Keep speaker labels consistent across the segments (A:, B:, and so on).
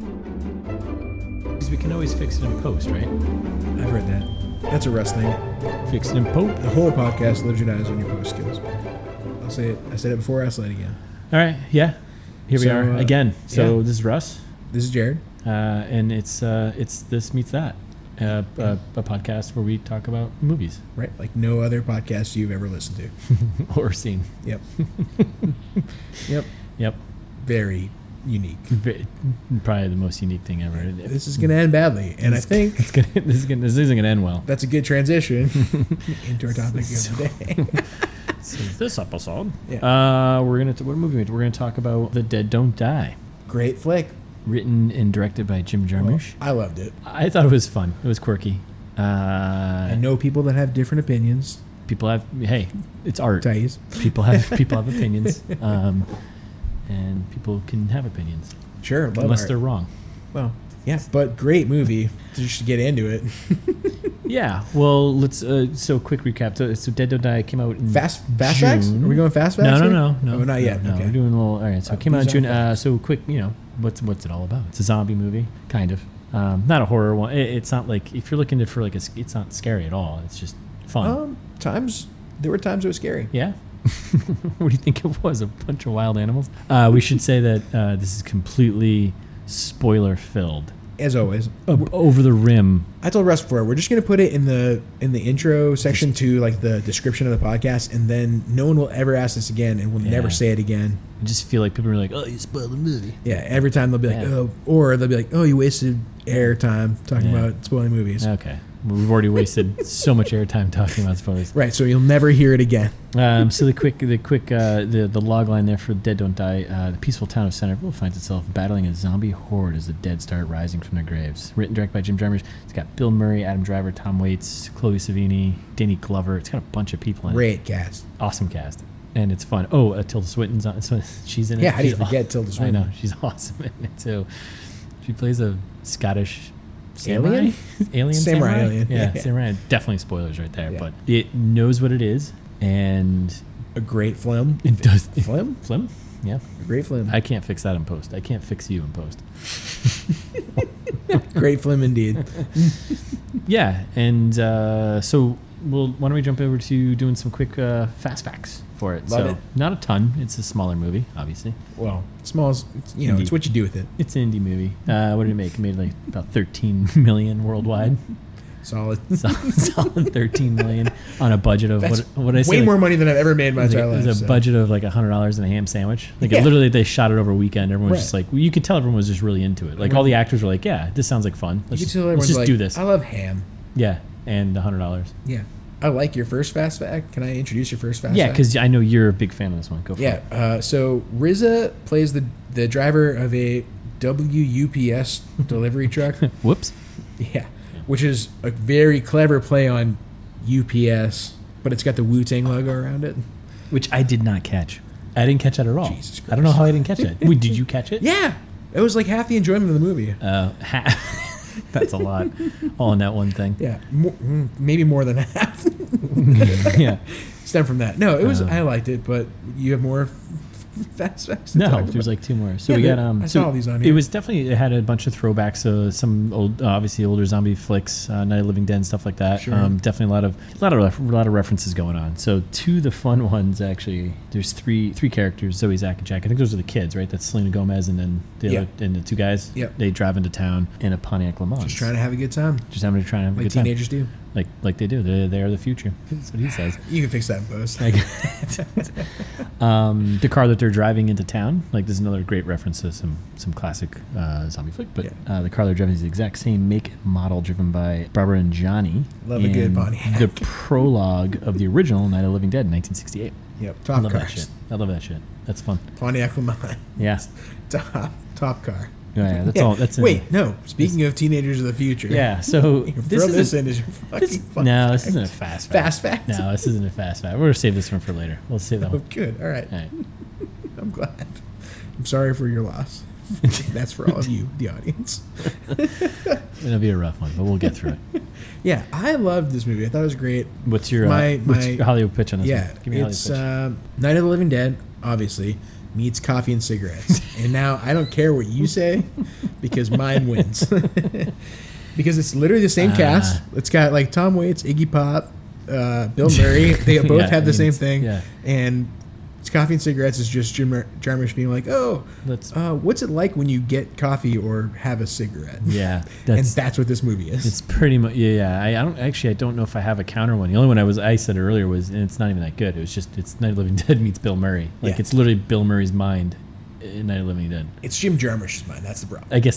A: Because we can always fix it in post, right?
B: I've heard that. That's a Russ thing.
A: Fix it in post.
B: The whole podcast lives and dies on your post skills. I'll say it. I said it before. I'll say it again.
A: All right. Yeah. Here we
B: So,
A: are
B: uh,
A: again. So
B: yeah.
A: this is Russ,
B: This is Jared.
A: uh, and it's uh, it's this meets that, uh, a, a podcast where we talk about movies
B: Right? Like no other podcast you've ever listened to.
A: or scene.
B: Yep. yep.
A: Yep.
B: Very unique.
A: Ve- Probably the most unique thing ever.
B: This is going to end badly. And I think
A: it's gonna, this, is gonna, this isn't gonna end well.
B: that's a good transition into our topic of the day.
A: this episode,
B: Yeah.
A: uh, we're gonna t- what movie? We're gonna talk about The Dead Don't Die,
B: Great flick.
A: written and directed by Jim Jarmusch.
B: I loved it.
A: I thought it was fun. It was quirky. Uh,
B: I know people that have different opinions.
A: people have hey, it's art.
B: Thais.
A: People have people have opinions, um, and people can have opinions
B: Sure. Love
A: unless
B: art.
A: they're wrong.
B: Well, yeah. But great movie. Just to get into it.
A: Yeah. Well, let's. Uh, so quick recap. So, so Dead Don't Die came out in
B: Fast, fast facts? Are
A: June.
B: we going fast facts?
A: No, no,
B: here?
A: no, no,
B: Oh, not yet.
A: No,
B: okay.
A: we're doing a little. All right, so it came out in
B: these
A: June.
B: are
A: Uh, so quick, you know, what's what's it all about? It's a zombie movie, kind of. Um, not a horror one. It, it's not like if you're looking to, for like a, s- it's not scary at all. It's just fun.
B: Um, times there were times it was scary.
A: yeah. what do you think it was? A bunch of wild animals. Uh, we should say that uh, this is completely spoiler filled,
B: As always,
A: over the rim.
B: I told Russ before we're just gonna put it in the in the intro section to like the description of the podcast, and then no one will ever ask this again, and we'll never
A: Yeah.
B: say it again.
A: I just feel like people are like, oh, you spoiled the movie.
B: Yeah, every time they'll be like,
A: Yeah.
B: oh, or they'll be like, oh, you wasted air time talking
A: Yeah.
B: about spoiling movies.
A: Okay, we've already wasted so much airtime talking about spoilers.
B: Right, so you'll never hear it again.
A: Um, so the quick, the quick, uh, the the log line there for Dead Don't Die. Uh, the peaceful town of Centerville finds itself battling a zombie horde as the dead start rising from their graves. Written, and directed by Jim Jarmusch. It's got Bill Murray, Adam Driver, Tom Waits, Chloe Savini, Danny Glover. It's got a bunch of people in it.
B: Great cast.
A: Awesome cast, and it's fun. Oh, uh, Tilda Swinton's on. So she's in it.
B: Yeah, how do you
A: She's aw-
B: forget Tilda Swinton?
A: I know she's awesome in it too. She plays a Scottish samurai?
B: Alien?
A: alien
B: Samurai
A: samurai,
B: alien.
A: Yeah,
B: Yeah.
A: samurai. Definitely spoilers right there,
B: Yeah.
A: but it knows what it is. And
B: A great film.
A: it does.
B: Flim?
A: Flim? Yeah.
B: A great film.
A: I can't fix that in post. I can't fix you in post.
B: Great film indeed.
A: Yeah. And uh, so, we'll, why don't we jump over to doing some quick uh, fast facts for it?
B: Love
A: so,
B: it.
A: not a ton. It's a smaller movie, obviously.
B: Well, small's you know,
A: Indeed.
B: it's what you do with it.
A: It's an indie movie. Uh, what did it make? It made like about 13 million worldwide.
B: Solid.
A: So- Solid 13 million on a budget of
B: That's
A: what, what did I say?
B: way
A: like,
B: more money than I've ever made in my
A: It was,
B: entire
A: like, it
B: life.
A: was a
B: so.
A: budget of like hundred dollars and a ham sandwich. Like it
B: Yeah.
A: literally, they shot it over a weekend. Everyone was
B: Right.
A: just like, you could tell everyone was just really into it. Like all the actors were like, yeah, this sounds like fun. Let's
B: You
A: just,
B: tell
A: let's
B: everyone's
A: just
B: like,
A: do this.
B: I love ham.
A: yeah, and a hundred dollars.
B: Yeah. I like your first fast fact. Can I introduce your first fast
A: Yeah,
B: fact?
A: because I know you're a big fan of this one. Go for
B: Yeah.
A: it.
B: Uh, so Riza plays the the driver of a WUPS delivery truck.
A: Whoops.
B: Yeah. Which is a very clever play on UPS, but it's got the Wu Tang logo around it.
A: Which I did not catch. I didn't catch that at all.
B: Jesus
A: I don't know
B: Christ.
A: how I didn't catch it. Wait, did you catch it?
B: Yeah. It was like half the enjoyment of the movie.
A: Uh, ha- that's a lot. all in that one thing.
B: Yeah. More, mm, maybe more than half.
A: yeah.
B: Stem from that. No, it was.
A: Uh.
B: I liked it, but you have more fast facts. to
A: No,
B: talk
A: there's
B: about.
A: like two more. So
B: Yeah,
A: we got
B: there-
A: um.
B: I
A: so
B: saw all these on
A: It
B: here.
A: was definitely it had a bunch of throwbacks. Uh, some old, uh, obviously older zombie flicks, uh, Night of the Living Dead, stuff like that.
B: Sure.
A: Um, definitely a lot of a lot of ref- a lot of references going on. So two of the fun ones actually. There's three three characters: Zoe, Zach, and Jack. I think those are the kids, right? That's Selena Gomez and then the
B: Yeah.
A: other, and the two guys.
B: Yep.
A: They drive into town in a Pontiac Le Mans.
B: just trying to have a good time,
A: Just having to try and have a
B: like
A: good
B: teenagers do.
A: time, like like they do. They they are the future. That's what he says.
B: You can fix that in post.
A: Like, um, the car that they're driving into town, like there's another great reference to some some classic uh, zombie flick. But
B: Yeah.
A: uh, the car they're driving is the exact same make and model, driven by Barbara and Johnny.
B: Love a good
A: in
B: Pontiac.
A: The prologue of the original Night of the Living Dead, 1968.
B: Yep.
A: I
B: Top
A: love that
B: cars.
A: shit. I love that shit. That's fun.
B: Pontiac Le Mans.
A: Yeah.
B: Top. Top car.
A: Yeah, yeah, that's
B: Yeah.
A: all. That's in
B: Wait,
A: there.
B: no. Speaking of teenagers of the future.
A: Yeah. So
B: From
A: this is
B: this
A: a-
B: end is your fucking
A: this-
B: fun
A: no, this
B: fact.
A: isn't a fast fact.
B: Fast fact?
A: No, this isn't a fast fact. We're gonna save this one for later. We'll save that
B: Oh,
A: one.
B: good. All right.
A: All right.
B: I'm glad. I'm sorry for your loss. That's for all of you, the audience.
A: It'll be a rough one, but we'll get through it.
B: Yeah, I loved this movie. I thought it was great.
A: What's your,
B: My-
A: uh, what's
B: my-
A: your Hollywood pitch on this?
B: Yeah,
A: one? give me a
B: it's um,
A: Hollywood
B: uh, Night of the Living Dead, obviously. meets coffee and cigarettes. and now I don't care what you say because mine wins. because it's literally the
A: Ah.
B: same cast. It's got like Tom Waits, Iggy Pop, uh, Bill Murray. They both
A: Yeah,
B: have
A: I mean,
B: the same
A: it's-
B: thing.
A: yeah.
B: And it's coffee and cigarettes is just Jim Jar- Jarmusch being like, "Oh,
A: Let's-
B: uh, what's it like when you get coffee or have a cigarette?"
A: Yeah,
B: and
A: that's
B: that's what this movie is.
A: It's pretty much yeah. yeah. I, I don't actually. I don't know if I have a counter one. The only one I was I said earlier was, and it's not even that good. It was just it's Night of the Living Dead meets Bill Murray. Like
B: Yeah.
A: it's literally Bill Murray's mind in Night of the Living Dead.
B: It's Jim Jarmusch's mind. That's the problem.
A: I guess.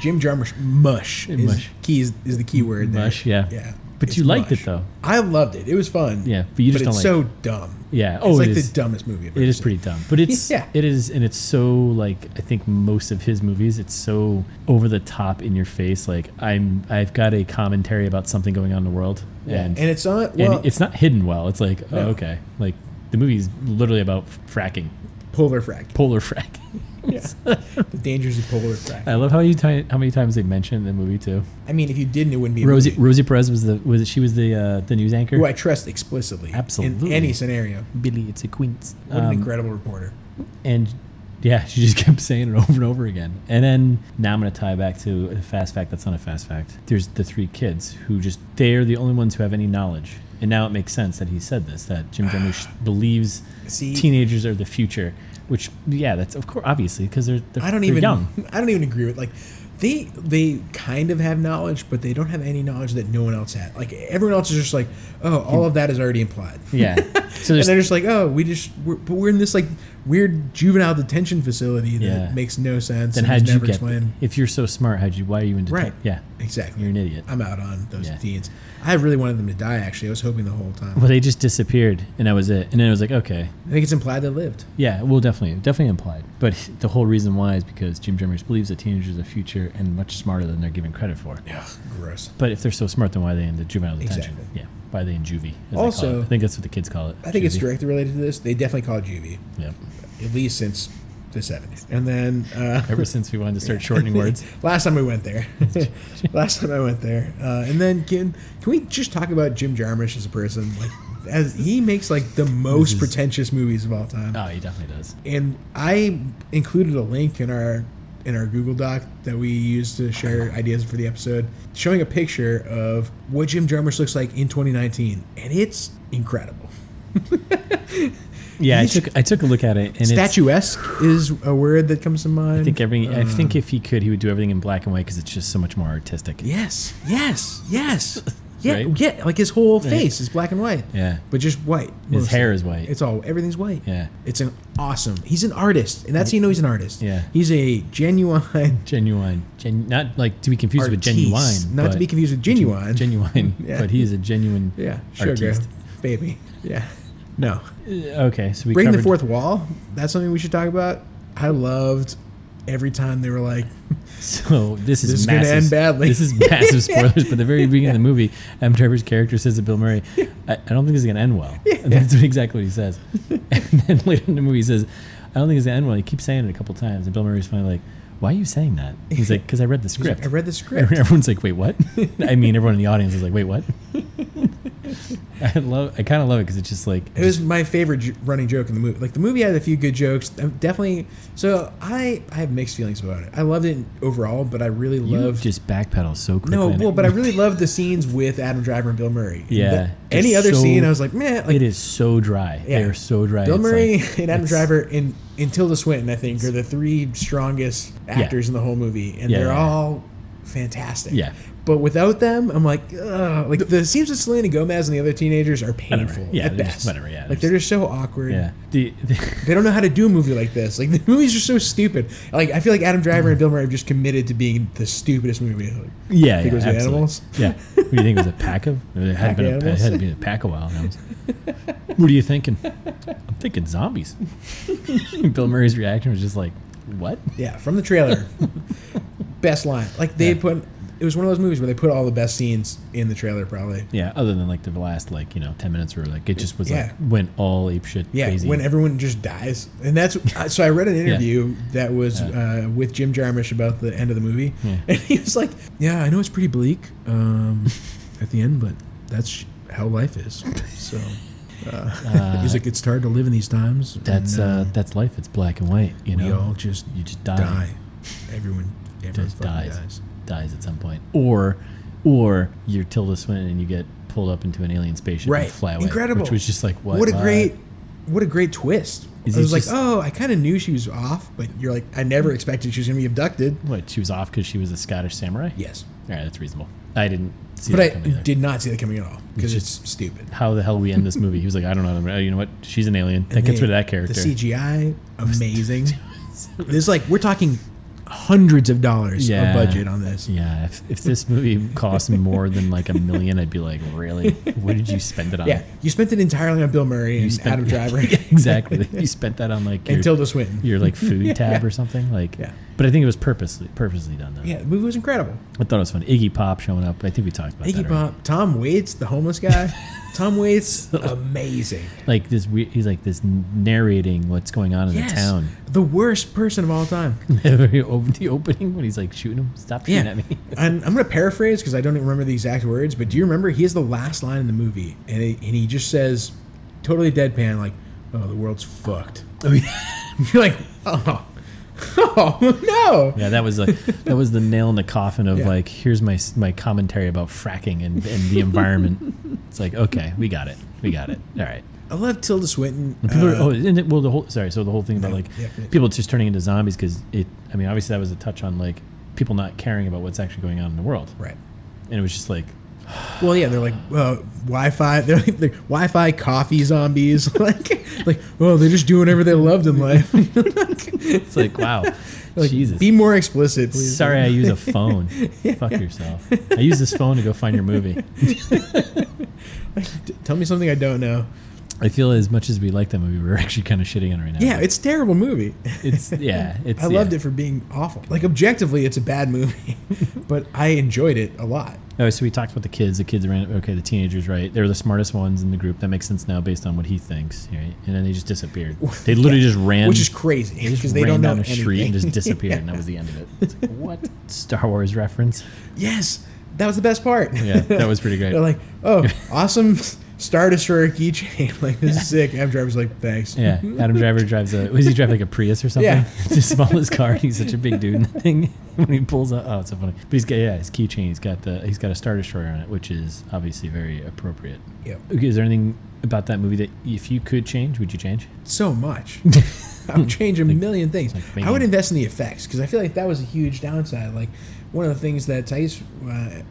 B: Jim Jarmusch mush is
A: Mush.
B: key is, is the key word. there.
A: Mush, yeah.
B: yeah.
A: But
B: It's
A: you liked it,
B: mush.
A: though.
B: I loved it. It was fun.
A: Yeah, but you just
B: it's
A: don't
B: so dumb.
A: yeah.
B: it's
A: Oh,
B: like
A: it is.
B: the dumbest movie. I've
A: It
B: ever
A: is
B: seen.
A: pretty dumb, but it's
B: Yeah.
A: it is, and it's so like I think most of his movies, it's so over the top in your face. Like I'm, I've got a commentary about something going on in the world, and
B: and it's not
A: and
B: well.
A: it's not hidden well. It's like oh,
B: No.
A: okay, like the movie's literally about fracking,
B: polar frack.
A: polar fracking.
B: The dangers of polar frack.
A: I love how you ti how many times they mentioned the movie too.
B: I mean, if you didn't, it wouldn't be a
A: Rosie
B: movie,
A: Rosie Perez was the was it, she was the uh, the news anchor.
B: who I trust explicitly. in
A: Absolutely. Um,
B: any scenario.
A: Billy, it's a queens.
B: What an incredible reporter.
A: and yeah, she just kept saying it over and over again. And then now I'm gonna tie back to a fast fact that's not a fast fact. There's the three kids who just they are the only ones who have any knowledge. And now it makes sense that he said this that Jim Jarmusch believes
B: See-
A: teenagers are the future. Which yeah, that's of course obviously because they're, they're
B: I don't
A: they're
B: even.
A: young.
B: I don't even agree with like. They they kind of have knowledge, but they don't have any knowledge that no one else had. Like everyone else is just like, oh, all of that is already implied.
A: Yeah. So
B: and
A: there's
B: they're just like, oh, we just, we're, but we're in this like weird juvenile detention facility that
A: Yeah.
B: makes no sense.
A: then
B: and was
A: how'd you
B: never
A: get
B: explained.
A: if you're so smart, how'd you why are you into
B: Right.
A: yeah.
B: Exactly.
A: You're an idiot.
B: I'm out on those
A: Yeah.
B: teens. I really wanted them to die. Actually, I was hoping the whole time.
A: Well, they just disappeared, and that was it. And then it was like, okay,
B: I think it's implied they lived.
A: yeah, well, definitely, definitely implied. But the whole reason why is because Jim Jarmusch believes that teenagers are the future and much smarter than they're given credit for.
B: Yeah, gross.
A: But if they're so smart, then why are they in the juvenile detention?
B: Exactly.
A: Yeah, why are they in juvie? as they call
B: Also-
A: it. I think that's what the kids call it.
B: I think it's
A: juvie.
B: directly related to this. They definitely call it juvie,
A: Yeah.
B: at least since the '70s. And then uh,
A: Ever since we wanted to start shortening words,
B: Last time we went there. Last time I went there. Uh, and then can can we just talk about Jim Jarmusch as a person? Like, as he makes like the most
A: is-
B: pretentious movies of all time.
A: oh, he definitely does.
B: And I included a link in our in our Google Doc that we use to share ideas for the episode, showing a picture of what Jim Jarmusch looks like in 2019, and it's incredible.
A: Yeah, I
B: He's-
A: took I took a look at it, and it's,
B: Statuesque is a word that comes to mind.
A: I think every I
B: Uh.
A: think if he could, he would do everything in black and white because it's just so much more artistic.
B: Yes, yes, yes. Yeah,
A: Right?
B: yeah. Like his whole face is black and white.
A: Yeah.
B: but just white.
A: His
B: mostly.
A: hair is white.
B: It's all everything's white.
A: Yeah.
B: it's an awesome. He's an artist, and that's how you know he's an artist.
A: Yeah.
B: he's a genuine
A: genuine, Gen, not like to be confused with
B: artiste.
A: genuine,
B: not to
A: but-
B: be confused with genuine.
A: genuine,
B: Yeah.
A: but he is a genuine
B: yeah, sugar
A: artiste.
B: baby. Yeah, no.
A: uh, Okay, so we
B: Breaking the
A: covered-
B: fourth wall. That's something we should talk about. I loved every time they were like,
A: So this is
B: This is gonna
A: massive.
B: end badly.
A: This is massive spoilers. But the very beginning of the movie, M. Trevor's character says to Bill Murray, I, "I don't think this is gonna end well." And that's exactly what he says. and then later in the movie, he says, "I don't think it's gonna end well." He keeps saying it a couple times, and Bill Murray's finally like, "Why are you saying that?" He's like, "Because I read the script."
B: "I read the script."
A: And Everyone's like, "Wait, what?" I mean, everyone in the audience is like, "Wait, what?" I love. I kind of love it because it's just like
B: It was my favorite j- running joke in the movie. Like the movie had a few good jokes. i definitely. So I I have mixed feelings about it. I loved it overall, but I really
A: you
B: loved.
A: just backpedal so quickly.
B: no,
A: and
B: well, but I really loved the scenes with Adam Driver and Bill Murray. And
A: Yeah,
B: the-
A: they're
B: any other
A: so-
B: scene, I was like, man, like
A: it is so dry.
B: Yeah.
A: They are so dry.
B: Bill
A: It's
B: Murray
A: like-
B: and Adam
A: it's-
B: Driver and, and Tilda Swinton, I think, are the three strongest actors in the whole movie, and
A: Yeah,
B: they're
A: yeah.
B: all fantastic.
A: Yeah.
B: But without them, I'm like, ugh. like the scenes with Selena Gomez and the other teenagers are painful
A: Yeah,
B: at
A: they're
B: best.
A: just- whatever, yeah,
B: like
A: they're
B: they're just so awkward.
A: Yeah. The, the-
B: They don't know how to do a movie like this. Like the movies are so stupid. Like I feel like Adam Driver and Bill Murray have just committed to being the stupidest movie. Like,
A: yeah,
B: Think it
A: yeah,
B: was the
A: absolutely.
B: animals?
A: Yeah. What do you think it was a pack of? It
B: Pack
A: had been
B: of
A: a, it
B: animals?
A: had been a pack a while now. what are you thinking? I'm thinking zombies. Bill Murray's reaction was just like, "What?"
B: yeah, from the trailer, best line. Like they put. It was one of those movies where they put all the best scenes in the trailer, probably.
A: Yeah. Other than like the last like you know ten minutes where like it just was
B: Yeah.
A: like went all ape shit
B: Yeah,
A: crazy.
B: when everyone just dies, and that's uh, so. I read an interview that was uh, with Jim Jarmusch about the end of the movie,
A: Yeah.
B: and he was like, "Yeah, I know it's pretty bleak um, at the end, but that's how life is." So He's like, it's hard to live in these times. and,
A: Uh, That's uh, that's life. It's black and white. You know,
B: Mm. we all just
A: you just die.
B: die. Everyone, everyone
A: Just
B: fucking
A: dies.
B: dies.
A: dies at some point, or or you're Tilda Swinton and you get pulled up into an alien spaceship
B: Right.
A: and fly away,
B: Incredible.
A: which was just like what?
B: What, a great, what a great twist.
A: Is
B: I
A: it
B: was like,
A: just-
B: oh, I kind of knew she was off, but you're like, I never expected she was gonna be abducted.
A: What she was off because she was a Scottish samurai.
B: Yes,
A: all right, that's reasonable. I didn't see
B: but I
A: that coming. either.
B: did not see that coming at all because it's stupid.
A: How the hell we end this movie? He was like, I don't know. I'm- oh, You know what? She's an alien. That
B: And
A: gets
B: the-
A: rid of that character.
B: The CGI, amazing. There's like we're talking hundreds of dollars
A: Yeah.
B: of budget on this.
A: Yeah, if, if this movie cost more than like a million, I'd be like, really? What did you spend it on?
B: Yeah, you spent it entirely on Bill Murray and
A: spent-
B: Adam Driver
A: Yeah, exactly. You spent that on like your,
B: and Tilda Swinton.
A: your like food tab or something. Like,
B: Yeah.
A: But I think it was purposely purposely done though.
B: Yeah, the movie was incredible.
A: I thought it was fun. Iggy Pop showing up. I think we talked about that.
B: Iggy
A: already.
B: Pop, Tom Waits, the homeless guy. Tom Waits, amazing.
A: Like this, we- he's like this narrating what's going on in
B: Yes,
A: the town.
B: the worst person of all time.
A: Every op- the opening when he's like shooting him, stop shooting
B: Yeah.
A: at me.
B: I'm, I'm going to paraphrase because I don't even remember the exact words, but do you remember? He has the last line in the movie, and he, and he just says, totally deadpan, like, oh, the world's fucked.
A: Oh,
B: You're like, oh, oh no.
A: Yeah, that was like that was the nail in the coffin of
B: Yeah.
A: like here's my s- my commentary about fracking and, and the environment. it's like okay, we got it, we got it. All right.
B: I love Tilda Swinton.
A: People are,
B: uh,
A: oh, and it, well, the whole sorry. So the whole thing about like
B: yeah, yeah.
A: people just turning into zombies because it. I mean, obviously that was a touch on like people not caring about what's actually going on in the world,
B: Right.
A: and it was just like
B: Well, yeah, they're like uh, Wi-Fi. They're like they're Wi-Fi coffee zombies. like, like, well, they're just doing whatever they loved in life.
A: it's like wow, Jesus.
B: Be more explicit, please.
A: Sorry, I use a phone. Fuck yourself. I use this phone to go find your movie.
B: T- Tell me something I don't know.
A: I feel as much as we like that movie, we're actually kind of shitting on it right now.
B: Yeah, it's a terrible movie.
A: it's yeah, it's.
B: I loved
A: yeah.
B: it for being awful. Like objectively, it's a bad movie, but I enjoyed it a lot.
A: Oh, so we talked about the kids. The kids ran. Okay, the teenagers, right? They're the smartest ones in the group. That makes sense now, based on what he thinks, right? And then they just disappeared. They literally just ran,
B: Which is crazy
A: they just
B: because they
A: ran
B: don't know
A: down a street and
B: anything.
A: just disappeared, and that was the end of it. It's like, what Star Wars reference?
B: Yes, that was the best part.
A: Yeah, that was pretty great.
B: They're like, oh, awesome Star Destroyer keychain. Like this is sick. Adam Driver's like, thanks.
A: Yeah, Adam Driver drives a. Was he drive like a Prius or something?
B: Yeah.
A: it's the smallest car. and He's such a big dude in the thing. When he pulls up, oh, it's so funny. But he's got yeah, his keychain. He's got the. He's got a Star Destroyer on it, which is obviously very appropriate.
B: Yeah.
A: Okay, is there anything about that movie that if you could change, would you change?
B: so much. I would change a million things.
A: maybe-
B: I would invest in the effects because I feel like that was a huge downside. Like one of the things that Thais uh,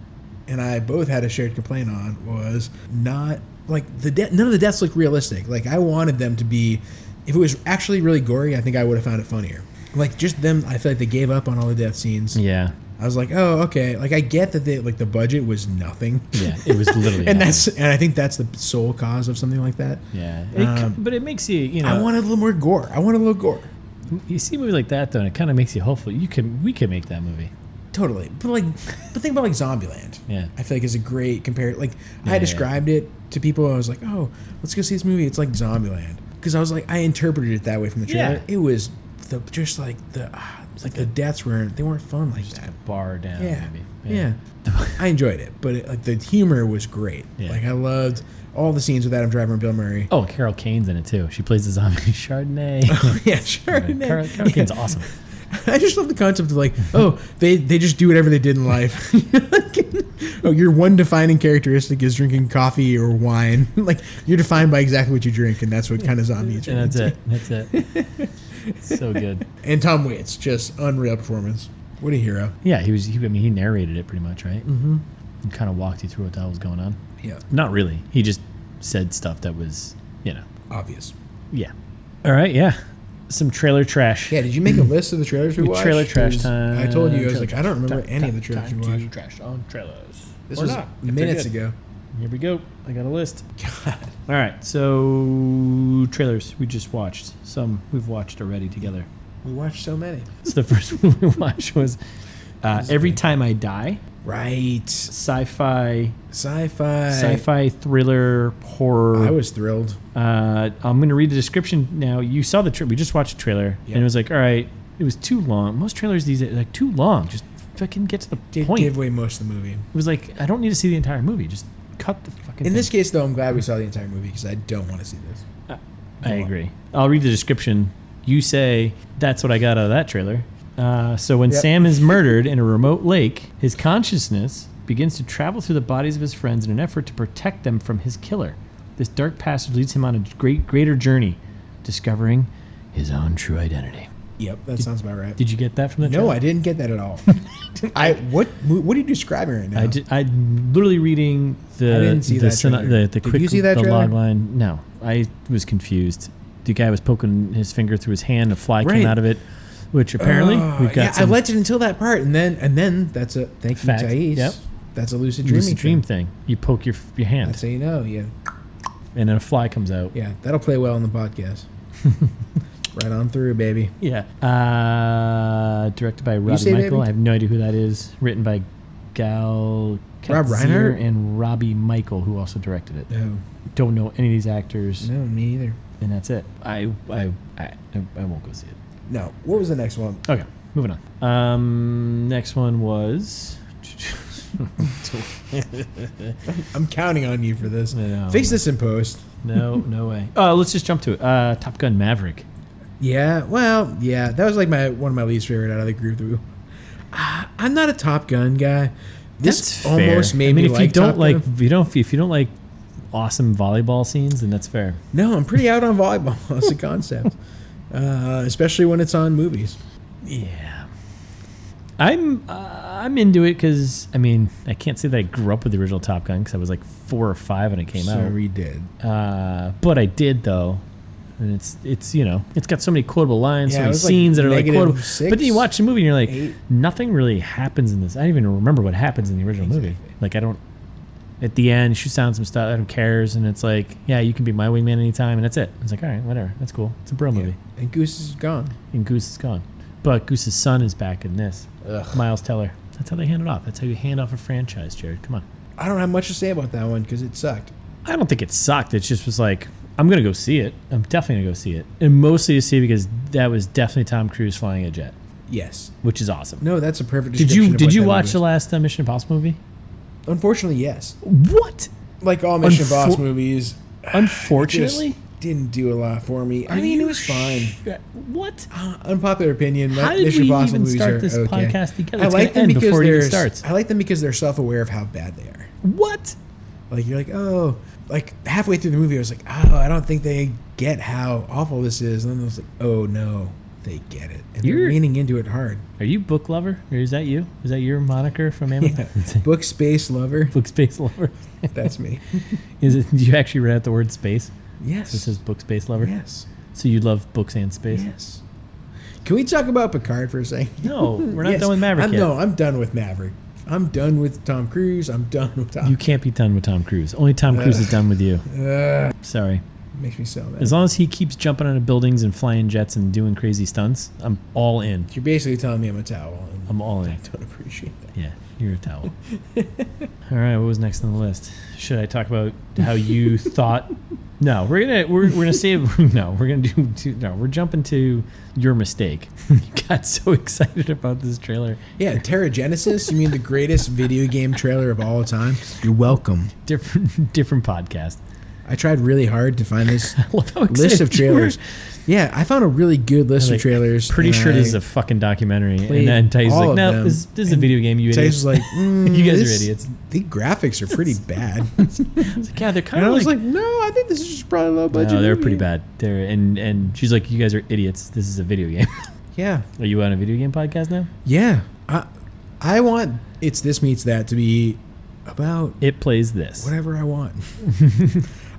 B: and I both had a shared complaint on was not like the de- none of the deaths look realistic. Like I wanted them to be. If it was actually really gory, I think I would have found it funnier. Like just them, I feel like they gave up on all the death scenes.
A: Yeah.
B: I was like, oh okay. Like I get that they like the budget was nothing.
A: Yeah, it was literally.
B: And
A: that.
B: that's and I think that's the sole cause of something like that.
A: yeah, It c-
B: Um,
A: but it makes you you know
B: I wanted a little more gore. I wanted a little gore.
A: you see a movie like that though, and it kind of makes you hopeful. You can we can make that movie.
B: Totally, but like, but think about like Zombieland.
A: Yeah.
B: I feel like is a great compare. Like
A: yeah, yeah.
B: I described it to people, I was like, "Oh, let's go see this movie." It's like Zombieland because I was like, I interpreted it that way from the trailer.
A: Yeah.
B: It was the just like the ah, it's like the deaths weren't they weren't fun like that.
A: Bar down,
B: Yeah,
A: maybe.
B: yeah. I enjoyed it, but it, like the humor was great.
A: Yeah.
B: Like I loved all the scenes with Adam Driver and Bill Murray.
A: Oh, Carol Kane's in it too. She plays the zombie Chardonnay.
B: yeah, sure.
A: Carol, Carol Kane's awesome.
B: I just love the concept of like, oh, they, they just do whatever they did in life. oh, your one defining characteristic is drinking coffee or wine. like you're defined by exactly what you drink, and that's what kind of zombie you
A: And that's it. That's it. so good.
B: And Tom Waits, just unreal performance. What a hero.
A: Yeah, he was. He, I mean, he narrated it pretty much, right? Mm-hmm. And kind of walked you through what the hell was going on.
B: Yeah,
A: Not really. He just said stuff that was, you know,
B: obvious.
A: yeah. All right, yeah. Some trailer trash.
B: Yeah, did you make a list of the trailers we watched?
A: Mm-hmm. Trailer trash
B: 'Cause
A: time.
B: I told you, I was
A: Trailer
B: like, I don't remember
A: trash
B: any of the
A: time,
B: trailers we
A: time to
B: watched.
A: Trash on trailers.
B: This
A: Or
B: was
A: not, if they're
B: minutes
A: good.
B: ago.
A: Here we go. I got a list. All right, so trailers we just watched. Some we've watched already together.
B: We watched so many.
A: So the first one we watched was uh, Every Time I Die,
B: Right.
A: sci-fi,
B: Sci-fi.
A: sci-fi thriller horror.
B: I was thrilled.
A: Uh, I'm going to read the description now. You saw the trailer. We just watched the trailer, and it was like, all right, it was too long. Most trailers these days are like too long. Just fucking get to the
B: Did
A: point.
B: give away most of the movie.
A: it was like I don't need to see the entire movie. Just cut the fucking.
B: In
A: thing.
B: this case, though, I'm glad we saw the entire movie because I don't want to see this.
A: I agree. I'll read the description. You say that's what I got out of that trailer. Uh, so when
B: Yep.
A: Sam is murdered in a remote lake, his consciousness begins to travel through the bodies of his friends in an effort to protect them from his killer. This dark passage leads him on a great greater journey, discovering his own true identity.
B: Yep, that sounds about right.
A: Did you get that from the
B: no,
A: trailer?
B: I didn't get that at all. I what mo- what are you describing right now?
A: I di- I'm literally reading the
B: I didn't see
A: the,
B: that
A: syno-
B: trailer.
A: the, the
B: Did
A: quick
B: you see that
A: the
B: trailer?
A: log line. No, I was confused. The guy was poking his finger through his hand. A fly
B: Right.
A: came out of it, which apparently
B: Oh,
A: we've got
B: yeah, I
A: some
B: liked it until that part, and then and then that's a thank you,
A: Fact,
B: Thais.
A: yep.
B: That's a lucid dreaming.
A: lucid dream
B: thing.
A: thing. You poke your your hand,
B: That's how you know. Yeah,
A: and then a fly comes out.
B: yeah, that'll play well on the podcast. right on through, baby.
A: Yeah. Uh, directed by Robbie
B: say
A: Michael.
B: baby?
A: I have no idea who that is. Written by Gal
B: Rob
A: Katzir
B: Reinhart?
A: and Robbie Michael, who also directed it.
B: No,
A: Don't know any of these actors,
B: no, me either.
A: and that's it. I I, I I won't go see it.
B: No, what was the next one?
A: Okay, moving on. Um, next one was.
B: I'm counting on you for this.
A: No.
B: Fix this in post.
A: no, no way. Oh, let's just jump to it. Uh, Top Gun Maverick.
B: Yeah, well, yeah, that was like my one of my least favorite out of the group. That we, Ah, I'm not a Top Gun guy. This
A: That's
B: almost
A: fair.
B: made
A: I mean,
B: me
A: if
B: like
A: you don't
B: Top
A: like,
B: Gun.
A: if you don't, if you don't like awesome volleyball scenes, then that's fair.
B: No, I'm pretty out on volleyball as a concept, uh, especially when it's on movies.
A: Yeah, I'm uh, I'm into it because I mean I can't say that I grew up with the original Top Gun because I was like four or five when it came out.
B: we did.
A: Uh, but I did though, and it's it's you know it's got so many quotable lines, so
B: Yeah, it
A: many
B: was like
A: scenes that are like
B: negative
A: quotable.
B: six,
A: but then you watch the movie and you're like,
B: eight.
A: nothing really happens in this. I don't even remember what happens in the original movie.
B: Exactly.
A: Like I don't. At the end, shoots down some stuff. I don't cares, and it's like, yeah, you can be my wingman anytime, and that's it. It's like, all right, whatever, that's cool. It's a bro movie,
B: And Goose is gone.
A: and Goose is gone, but Goose's son is back in this. Miles Teller. That's how they hand it off. That's how you hand off a franchise, Jared. Come on.
B: I don't have much to say about that one because it sucked.
A: I don't think it sucked. It just was like, I'm gonna go see it. I'm definitely gonna go see it, and mostly to see because that was definitely Tom Cruise flying a jet,
B: Yes.
A: which is awesome.
B: No, that's a perfect.
A: did
B: description
A: you
B: of
A: did
B: what
A: you
B: that
A: watch
B: movie
A: the
B: is.
A: last uh, Mission Impossible movie?
B: Unfortunately, yes.
A: What?
B: Like all Mission
A: Unfor-
B: Boss movies,
A: Unfortunately,
B: just didn't do a lot for me. I
A: Are
B: mean, it
A: you
B: was fine.
A: sh- What?
B: Uh, Unpopular opinion. but
A: How did
B: Mission
A: we
B: Impossible
A: even
B: movies
A: start
B: are
A: this
B: okay.
A: podcast together?
B: I
A: It's gonna
B: like them
A: end
B: because
A: before it even
B: they're.
A: starts.
B: I like them because they're self-aware of how bad they are.
A: What?
B: Like you're like, oh, like halfway through the movie, I was like, oh, I don't think they get how awful this is. And then I was like, oh no, they get it, and they're
A: You're-
B: leaning into it hard.
A: Are you book lover, or is that you? Is that your moniker from Amazon?
B: Book space lover,
A: book space lover.
B: that's me.
A: is it? Do you actually read out the word space?
B: Yes,
A: It says book space lover.
B: yes,
A: So you love books and space.
B: yes. Can we talk about Picard for a second?
A: No, we're not
B: Yes.
A: done with Maverick
B: I'm,
A: yet.
B: No, I'm done with Maverick. I'm done with Tom Cruise. I'm done with Tom.
A: You can't be done with Tom Cruise. Only Tom Cruise is done with you. Sorry.
B: Makes me so mad.
A: As long as he keeps jumping out of buildings and flying jets and doing crazy stunts, I'm all in.
B: You're basically telling me I'm a towel, and
A: I'm all in.
B: I don't appreciate that.
A: Yeah, you're a towel. all right, what was next on the list? Should I talk about how you thought? No, we're gonna we're, we're gonna save. No, we're gonna do, do. No, we're jumping to your mistake. you got so excited about this trailer.
B: Yeah, Terra Genesis. You mean the greatest video game trailer of all time? You're welcome.
A: Different different podcast.
B: I tried really hard to find this
A: I love how excited
B: list of
A: you were.
B: trailers. Yeah, I found a really good list
A: Like,
B: of trailers.
A: Pretty
B: and
A: sure this
B: I-
A: is a fucking documentary.
B: played
A: And then Tyson's
B: all
A: like,
B: of
A: no,
B: them."
A: this, this is a video game, you
B: Taze
A: idiots.
B: was like, "Mm,
A: You guys are
B: this-
A: idiots."
B: The graphics are pretty bad.
A: like, yeah, they're kind
B: And I
A: of
B: was
A: like,
B: like, no, I think this is just probably a low budget.
A: no, they're pretty
B: movie."
A: bad. They're and and she's like, you guys are idiots. This is a video game.
B: Yeah,
A: are you on a video game podcast now?
B: yeah. I, I want it's this meets that to be about
A: It plays this.
B: whatever I want.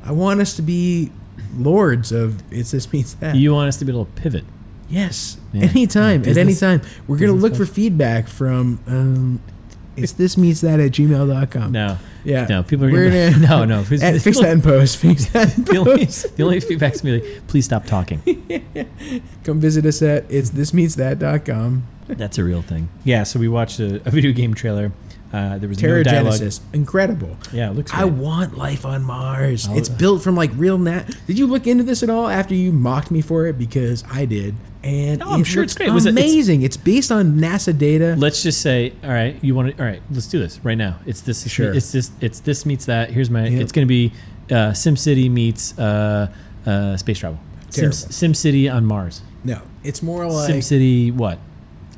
B: I want us to be lords of it's this meets that.
A: You want us to be able to pivot?
B: Yes,
A: Yeah.
B: anytime, at any
A: Business-
B: time. We're going to
A: business
B: look for feedback from um, it's this meets that at gmail.com.
A: No.
B: Yeah.
A: No, people are
B: We're
A: gonna,
B: gonna-
A: no, no. Please-
B: At, fix that in post. Fix that in
A: The only,
B: post.
A: the only feedback's gonna be like, please stop talking.
B: Come visit us at it's this meets that.com.
A: That's a real thing. Yeah. So we watched a, a video game trailer. Uh, there was no
B: Terra
A: dialogue.
B: Genesis, incredible.
A: Yeah, it looks
B: I
A: great.
B: want life on Mars.
A: Oh.
B: It's built from like real nat. Did you look into this at all after you mocked me for it? Because I did, and
A: No, I'm
B: it
A: sure
B: looks
A: it's great. Was it- it's-
B: amazing. it's, based on NASA data.
A: Let's just say, all right, you want to, all right, let's do this right now. It's this,
B: Sure.
A: it's this, it's this meets that. Here's my,
B: Yep.
A: it's going to be uh, SimCity meets uh, uh, space travel. Sim,
B: Terrible.
A: SimCity on Mars.
B: no, it's more like
A: SimCity what?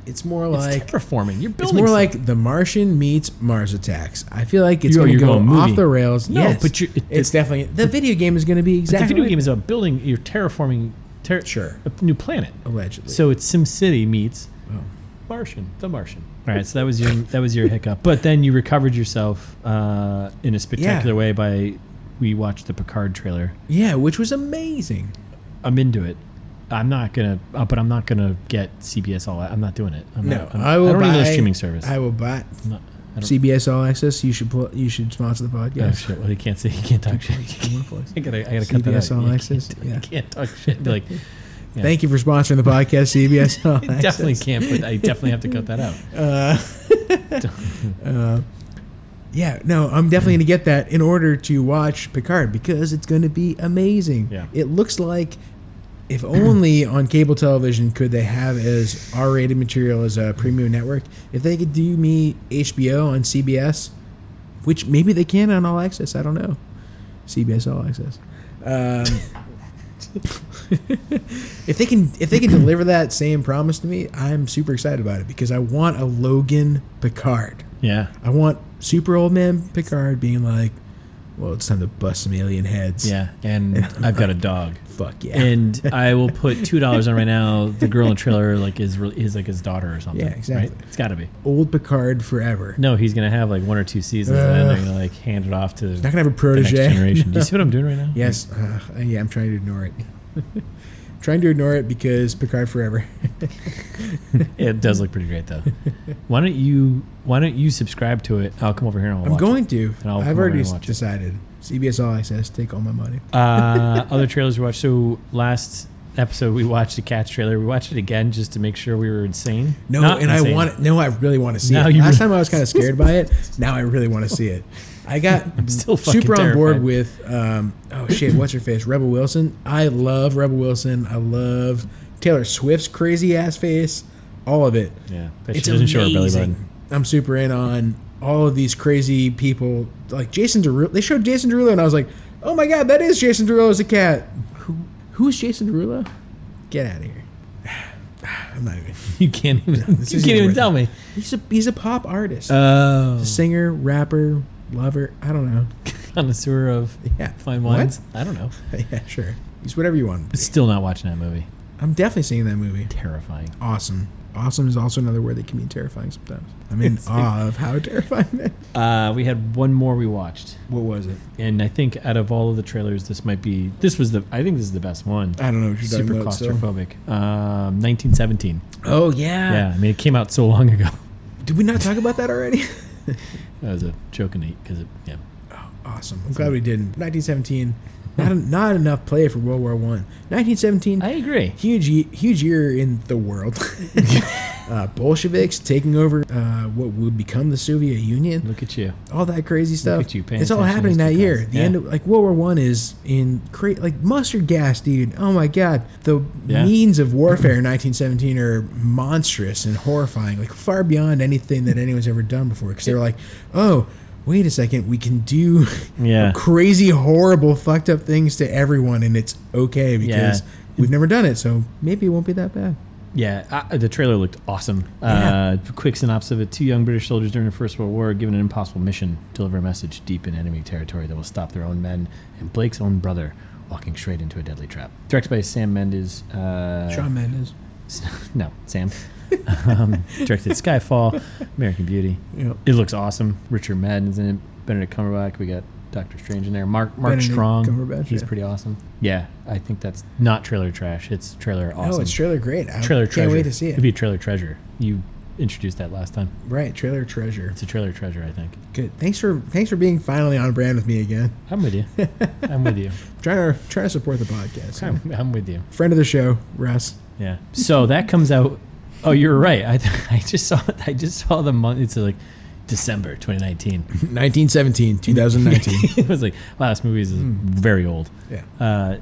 B: it's more
A: It's
B: like
A: terraforming. You're
B: it's
A: building.
B: more
A: something.
B: like The Martian meets Mars Attacks. I feel like it's
A: You-
B: going to
A: you're
B: go
A: going
B: off
A: movie.
B: the rails.
A: No,
B: yes,
A: but you- it-
B: it's definitely the video game is going to be
A: the
B: exactly
A: video game is about building. You're terraforming. Ter-
B: Sure.
A: A new planet.
B: allegedly.
A: So it's SimCity meets
B: Oh.
A: Martian, the Martian. All right, so that was your that was your hiccup, but then you recovered yourself uh, in a spectacular way by we watched the Picard trailer.
B: yeah, which was amazing.
A: I'm into it. I'm not gonna, uh, but I'm not gonna get CBS all. I'm not doing it. I'm
B: No,
A: not, I'm,
B: I will
A: I don't
B: buy
A: even know the streaming service.
B: I will buy
A: I'm not- I don't-
B: CBS All Access. You should pl- you should sponsor the
A: oh
B: podcast.
A: shit! Well, you can't say you can't talk Oh, shit.
B: In one place.
A: I gotta, I gotta cut that out.
B: CBS All
A: You
B: Access,
A: Can't,
B: yeah.
A: You can't talk shit. Be like, yeah.
B: Thank you for sponsoring the podcast, CBS All
A: I
B: Access.
A: definitely can't. But I definitely have to cut that out.
B: Uh, uh, yeah, no, I'm definitely going to get that in order to watch Picard because it's going to be amazing.
A: Yeah.
B: It looks like if only on cable television could they have as R-rated material as a premium network. If they could do me HBO on CBS, which maybe they can on All Access, I don't know. CBS All Access. Um, if they can if they can deliver that same promise to me, I'm super excited about it because I want a Logan Picard.
A: Yeah,
B: I want super old man Picard being like, "Well, it's time to bust some alien heads."
A: yeah. And I've got a dog.
B: fuck yeah,
A: and I will put two dollars on right now. The girl in the trailer like is re- is like his daughter or something.
B: Yeah, exactly.
A: Right? It's got to be.
B: old Picard forever.
A: No, he's gonna have like one or two seasons, and then
B: Ugh.
A: they're gonna like hand it off to
B: Not
A: the
B: gonna have a
A: next
B: protege.
A: generation. Do you see what I'm doing right now?
B: Yes, uh, yeah, I'm trying to ignore it. trying to ignore it because Picard forever.
A: it does look pretty great though. Why don't you Why don't you subscribe to it? I'll come over here and I'll
B: I'm
A: watch
B: going to.
A: And I'll come
B: I've
A: over
B: already
A: and watch it.
B: decided. CBS All Access, take all my money.
A: It. Uh, other trailers we watched. So last episode we watched the Cats trailer. We watched it again just to make sure we were insane.
B: No,
A: Not
B: and
A: insane.
B: I want it. No, I really want to see
A: Now
B: it.
A: you really-
B: Last time I was kind of scared by it. Now I really want to see it. I got
A: still fucking
B: super on
A: terrified.
B: board with. Um, oh shit, what's her face? Rebel Wilson. I love Rebel Wilson. I love Taylor Swift's crazy ass face. All of it.
A: Yeah, but she doesn't show her belly button.
B: I'm super in on all of these crazy people. Like Jason Derulo. They showed Jason Derulo, and I was like, oh my god, that is Jason Derulo as a cat. Who? Who is Jason Derulo? Get out of here. I'm not even.
A: You can't even.
B: this
A: you
B: isn't
A: can't even
B: worth
A: tell
B: it.
A: me.
B: He's a he's a pop artist. Uh,
A: Oh,
B: singer, rapper, lover. I don't know.
A: connoisseur of
B: Yeah.
A: fine
B: What?
A: wines. I don't know.
B: yeah, sure. He's whatever you want.
A: Still not watching that movie.
B: I'm definitely seeing that movie.
A: Terrifying.
B: Awesome. Awesome is also another word that can mean terrifying sometimes. I'm in awe of how terrifying that.
A: Uh, we had one more we watched,
B: What was it?
A: and I think out of all of the trailers, this might be this was the I think this is the best one.
B: I don't know what you're
A: Super
B: talking about. so-
A: claustrophobic. Um, 1917.
B: Oh yeah.
A: Yeah, I mean it came out so long ago.
B: Did we not talk about that already?
A: That was a joke and eat because it yeah.
B: oh, awesome. I'm glad we didn't. 1917. Not, not enough play for World War One. 1917.
A: I agree.
B: huge ye- huge year in the world. uh, Bolsheviks taking over uh, what would become the Soviet Union.
A: Look at you.
B: All that crazy stuff.
A: at you paying
B: it's all
A: attention
B: happening
A: to
B: that
A: history
B: year.
A: class.
B: The
A: Yeah.
B: end of like World War One is in cra- like mustard gas, dude. Oh my god, the
A: Yeah.
B: means of warfare in 1917 are monstrous and horrifying, like far beyond anything that anyone's ever done before. Because they were like, oh. Wait a second, we can do
A: Yeah.
B: crazy, horrible, fucked up things to everyone, and it's okay because
A: Yeah.
B: we've never done it, so maybe it won't be that bad.
A: Yeah, uh, the trailer looked awesome.
B: Yeah.
A: Uh, quick synopsis of it: Two young British soldiers during the First World War are given an impossible mission: deliver a message deep in enemy territory that will stop their own men and Blake's own brother walking straight into a deadly trap. Directed by Sam Mendes. Uh,
B: Shawn Mendes.
A: no, Sam. um, directed Skyfall, American Beauty.
B: Yep.
A: It looks awesome. Richard Madden's in it. Benedict Cumberbatch. We got Doctor Strange in there. Mark Mark
B: Benedict
A: Strong.
B: Cumberbatch,
A: He's
B: yeah.
A: pretty awesome. Yeah, I think that's not trailer trash. It's trailer awesome
B: Oh, it's trailer great.
A: trailer
B: I trailer can't
A: treasure.
B: wait to see
A: It'd
B: it.
A: be a trailer treasure. You introduced that last time.
B: Right, trailer treasure.
A: It's a trailer treasure, I think.
B: Good. Thanks for thanks for being finally on brand with me again.
A: I'm with you. I'm with you.
B: Trying to trying to support the podcast.
A: I'm, I'm with you.
B: Friend of the show, Russ.
A: Yeah. So that comes out. Oh, you're right. I I just saw I just saw the month. It's like December 2019.
B: 1917, 2019.
A: it was like, wow, this movie is
B: Hmm.
A: very old.
B: yeah.
A: Uh,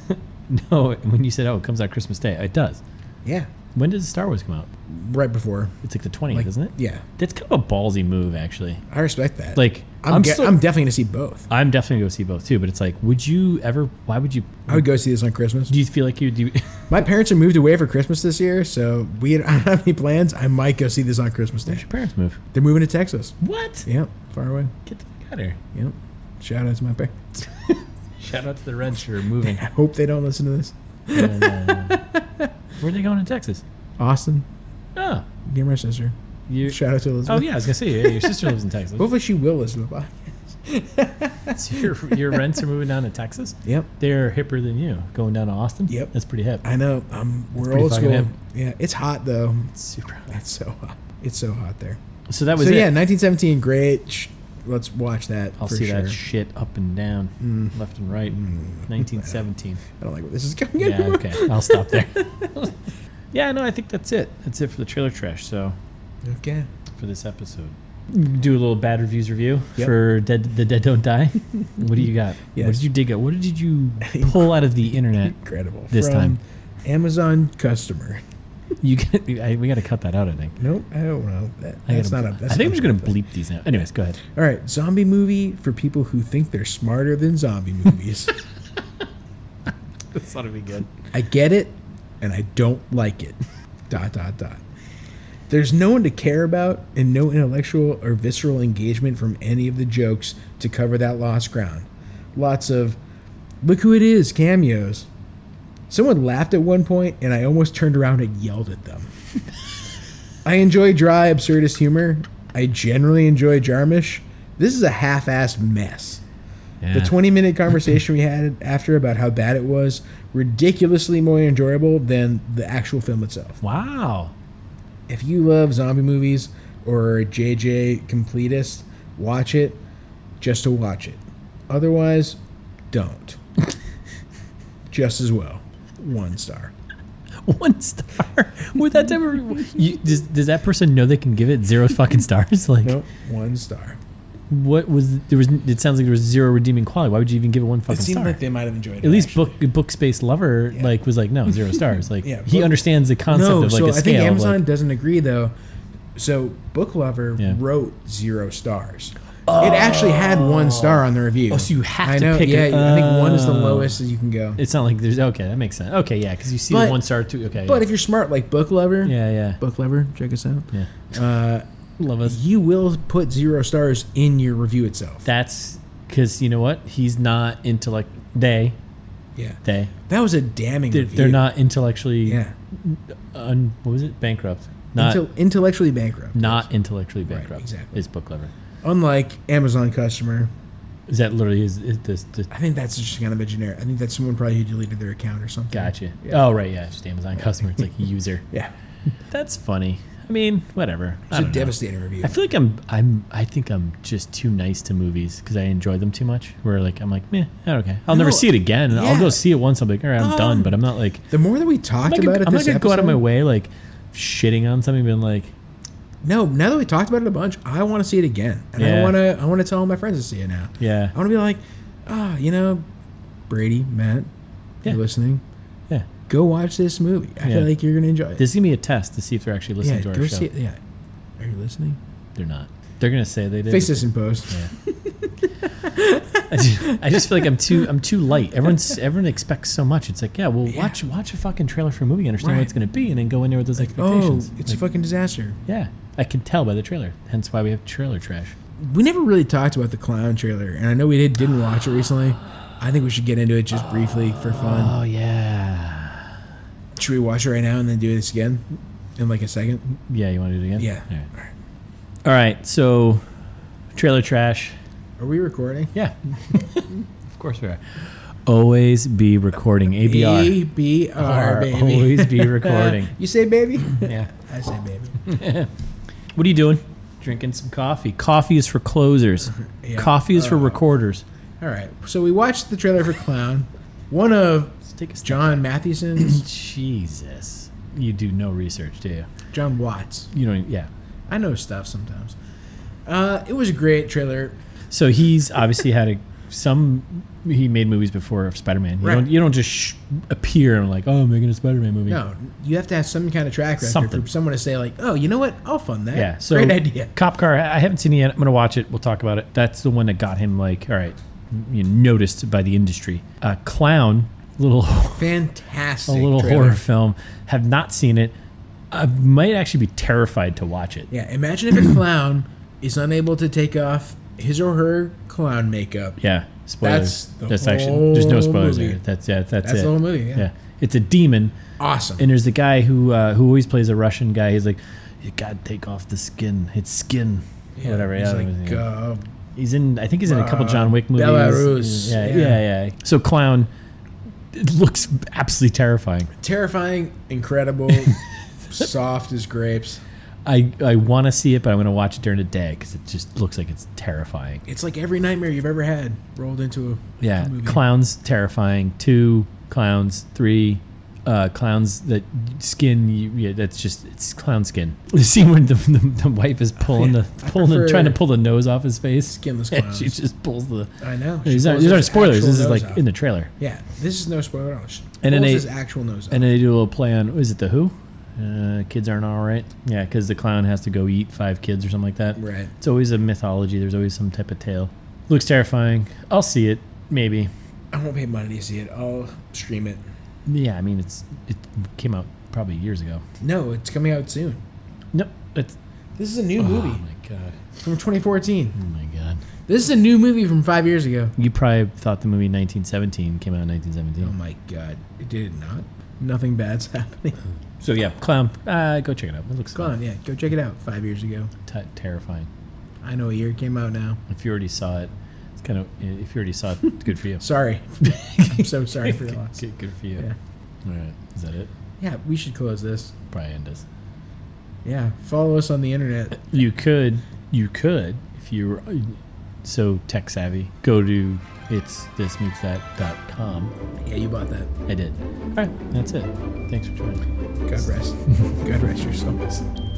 A: no, when you said, oh, it comes out Christmas Day, it does.
B: Yeah.
A: When does Star Wars come out?
B: Right before.
A: It's like the 20th,
B: Like,
A: isn't it?
B: Yeah.
A: That's kind of a ballsy move, actually.
B: I respect that.
A: Like,
B: I'm,
A: I'm
B: ge-
A: still-
B: I'm definitely going to see both.
A: I'm definitely going to go see both, too, but it's like, would you ever, why would you,
B: I would go see this on Christmas.
A: do you feel like you do?
B: My parents are moved away for Christmas this year, so we I don't have any plans. I might go see this on Christmas Day.
A: Where'd your parents move?
B: They're moving to Texas.
A: What?
B: Yep, far away.
A: Get the fuck out of here.
B: Yep. Shout out to my parents.
A: Shout out to the Reds for moving.
B: I hope they don't listen to this.
A: And, uh, where are they going in Texas?
B: Austin,
A: Oh,
B: near my sister.
A: you.
B: Shout out to Elizabeth.
A: Oh yeah, I was gonna say yeah, your sister lives in Texas.
B: Hopefully she will listen to the podcast.
A: So your your rents are moving down to Texas.
B: Yep.
A: They're hipper than you, going down to Austin.
B: Yep.
A: that's pretty hip.
B: I know. Um, we're
A: pretty
B: old
A: fucking
B: school.
A: hip.
B: Yeah, it's hot though.
A: It's super.
B: It's so hot. It's so hot there.
A: So that was
B: so
A: it.
B: yeah, 1917, great. Sh- Let's watch that.
A: I'll
B: for
A: see
B: sure. Mm.
A: that shit up and down, left and right. 1917.
B: I don't like where this is going.
A: yeah,
B: anymore.
A: okay. I'll stop there. yeah, no, I think that's it. That's it for the trailer trash. So
B: Okay.
A: for this episode, do a little bad reviews review
B: Mm. Yep.
A: for Dead the Dead Don't Die. what do you got? What
B: Yes.
A: did you dig up? What did you pull out of the internet?
B: Incredible.
A: This
B: From
A: time.
B: Amazon customer.
A: You get, I, we got to cut that out. I think.
B: Nope, I don't know. That,
A: I
B: that's
A: gotta-
B: not a. That's
A: I think I'm
B: not
A: just gonna
B: a-
A: bleep these now. Anyways, go ahead.
B: All right, zombie movie for people who think they're smarter than zombie movies.
A: That's gonna be good.
B: I get it, and I don't like it. dot dot dot. There's no one to care about, and no intellectual or visceral engagement from any of the jokes to cover that lost ground. Lots of look who it is cameos. Someone laughed at one point, and I almost turned around and yelled at them. I enjoy dry, absurdist humor. I generally enjoy Jarmish. This is a half-assed mess. The 20 minute conversation we had after about how bad it was ridiculously more enjoyable than the actual film itself.
A: Wow.
B: If you love zombie movies or a JJ completist, watch it just to watch it. Otherwise, don't. just as well. One star.
A: One star. Would that ever? You, does, does that person know they can give it zero fucking stars? Like,
B: Nope, one star.
A: what was there was? It sounds like there was zero redeeming quality. Why would you even give it one
B: It
A: fucking
B: seemed
A: star?
B: like they might have enjoyed it.
A: At least
B: actually.
A: book book space lover like was like no zero stars. Like
B: Yeah,
A: he
B: book-
A: understands the concept
B: No,
A: of like
B: so
A: a
B: I think
A: scale. of, like-
B: Amazon doesn't agree though. So Book Lover
A: Yeah.
B: wrote zero stars. It actually had one star on the review. Oh,
A: so you have
B: I
A: to
B: know,
A: pick
B: Yeah,
A: it.
B: I think one is the
A: Oh.
B: lowest that you can go.
A: it's not like there's okay that makes sense. Okay, yeah, because you see
B: But-
A: the one star two. Okay,
B: But if you're smart like Book Lover,
A: yeah, yeah,
B: Book Lover, check us out.
A: yeah.
B: Uh,
A: Love us.
B: you will put zero stars in your review itself.
A: That's because you know what? He's not intellect. They,
B: yeah,
A: they,
B: that was a damning.
A: they're,
B: review.
A: they're not intellectually.
B: Yeah,
A: Un, what was it? Bankrupt. Not
B: Intel- intellectually bankrupt.
A: not intellectually bankrupt.
B: exactly.
A: Is book lover.
B: Unlike Amazon customer,
A: Is that literally is, is this? this
B: I think that's just kind of a generic. I think that's someone probably who deleted their account or something.
A: gotcha.
B: Yeah.
A: Oh right, yeah. It's just Amazon customer. It's like user.
B: Yeah,
A: That's funny. I mean, whatever. I
B: it's a
A: don't know.
B: devastating review.
A: I feel like I'm I'm I think I'm just too nice to movies because I enjoy them too much. Where like I'm like, meh, okay, I'll never
B: No,
A: see it again. and I'll
B: yeah.
A: go see it once. I'm like, all right, I'm
B: Um,
A: done. But I'm not like
B: The more that we talked
A: I'm not
B: about
A: gonna,
B: it,
A: I'm not
B: this
A: gonna go out of my
B: episode-
A: way like shitting on something, being like,
B: No, now that we talked about it a bunch, I want to see it again, and I
A: Yeah.
B: want to. I want to tell all my friends to see it now.
A: yeah,
B: I want to be like, ah, you know, Brady, Matt,
A: Yeah.
B: you're listening.
A: yeah.
B: Go watch this movie. I
A: Yeah.
B: feel like you're gonna enjoy it.
A: This is gonna be a test to see if they're actually listening
B: yeah,
A: to our
B: go
A: show.
B: see it. Yeah, are you listening?
A: They're not. They're gonna say they did.
B: Face this in post.
A: I just, I just feel like I'm too I'm too light. Everyone's everyone expects so much. It's like, yeah, well,
B: Yeah.
A: watch watch a fucking trailer for a movie, understand what
B: Right.
A: it's gonna be, and then go in there with those
B: Oh,
A: expectations.
B: it's a
A: Like,
B: fucking disaster.
A: yeah, I can tell by the trailer. Hence why we have trailer trash.
B: We never really talked about the clown trailer, and I know we did, didn't watch it recently. I think we should get into it just briefly for fun.
A: Oh yeah,
B: Should we watch it right now and then do this again in like a second?
A: yeah. You want to do it again?
B: Yeah.
A: All right. All right so, trailer trash.
B: Are we recording?
A: Yeah. of course we are. Always be recording. ABR.
B: ABR,
A: Are
B: baby.
A: always be recording.
B: you say baby?
A: yeah.
B: I say baby.
A: What are you doing? Drinking some coffee. Uh, Coffee is for closers.
B: Yeah.
A: Coffee is for recorders.
B: All right. So we watched the trailer for Clown. One of
A: Let's take a step.
B: John Matheson's,
A: Jesus. You do no research, do you?
B: John Watts.
A: You don't. Yeah.
B: I know stuff sometimes. Uh, it was a great trailer.
A: So he's obviously had a some. He made movies before of Spider-Man. You
B: Right.
A: don't you don't just sh- appear and like, oh, I'm making a Spider-Man movie.
B: No, you have to have some kind of track record
A: Something.
B: for someone to say like, "Oh, you know what? I'll fund that."
A: Yeah. So
B: great idea.
A: Cop Car. I I haven't seen it yet. I'm gonna watch it. We'll talk about it. That's the one that got him like, all right, you know, noticed by the industry. Uh, Clown, little a
B: Fantastic.
A: little
B: trailer.
A: horror film. Have not seen it. I might actually be terrified to watch it.
B: Yeah. Imagine if a clown is unable to take off his or her clown makeup.
A: Yeah, spoilers.
B: That's the
A: That's actually there's no
B: whole
A: spoilers
B: movie.
A: there. That's yeah, that's,
B: That's
A: it.
B: the whole movie. Yeah.
A: yeah, it's a demon,
B: Awesome.
A: and there's the guy who uh, who always plays a Russian guy. He's like, you gotta take off the skin. It's skin,
B: Yeah,
A: whatever.
B: He's
A: yeah,
B: like,
A: yeah.
B: uh,
A: he's in. I think he's in a couple
B: uh,
A: John Wick movies.
B: Belarus,
A: Yeah, yeah,
B: yeah.
A: yeah, So clown, it looks absolutely terrifying.
B: terrifying, incredible, soft as grapes.
A: I I want to see it, but I'm gonna watch it during the day because it just looks like it's terrifying.
B: It's like every nightmare you've ever had rolled into a
A: Yeah,
B: movie.
A: clowns terrifying. Two clowns, three uh, clowns that skin. You, yeah, that's just it's clown skin. The scene when the, the, the wife is pulling the
B: I
A: pulling the, trying to
B: prefer
A: pull the nose off his face.
B: Skinless
A: And she
B: clowns.
A: just pulls the.
B: I know. She
A: These aren't, these
B: pulls his
A: aren't spoilers.
B: actual
A: This is
B: nose
A: like
B: out.
A: in the trailer.
B: Yeah, this is no spoiler. at all. She
A: And then
B: pulls
A: they-
B: his actual nose.
A: And
B: out.
A: then they do a little play on is it the Who? Uh, kids aren't all right. Yeah, because the clown has to go eat five kids or something like that.
B: right.
A: It's always a mythology. There's always some type of tale. Looks terrifying. I'll see it. Maybe.
B: I won't pay money to see it. I'll stream it.
A: Yeah, I mean it's it came out probably years ago.
B: No, it's coming out soon.
A: Nope. That's
B: This is a new
A: Oh
B: movie
A: my god.
B: from 2014.
A: Oh my god.
B: This is a new movie from five years ago.
A: You probably thought the movie 1917 came out in
B: Oh
A: 1917.
B: my god, it did it not. Nothing bad's happening.
A: So yeah, clown. Uh, go check it out. It looks
B: Go on, yeah, go check it out. Five years ago.
A: T- terrifying.
B: I know a year it came out now.
A: If you already saw it, it's kind of. If you already saw it, it's good for you.
B: Sorry. I'm so sorry for your loss.
A: Good, good for you.
B: Yeah.
A: All right. Is that it?
B: Yeah, we should close this.
A: Brian does.
B: Yeah, follow us on the internet.
A: You could. You could if you were uh, so tech savvy. Go to it's this meets that dot com.
B: Yeah, you bought that.
A: I did. All right. That's it. Thanks for joining.
B: God rest. God rest your souls.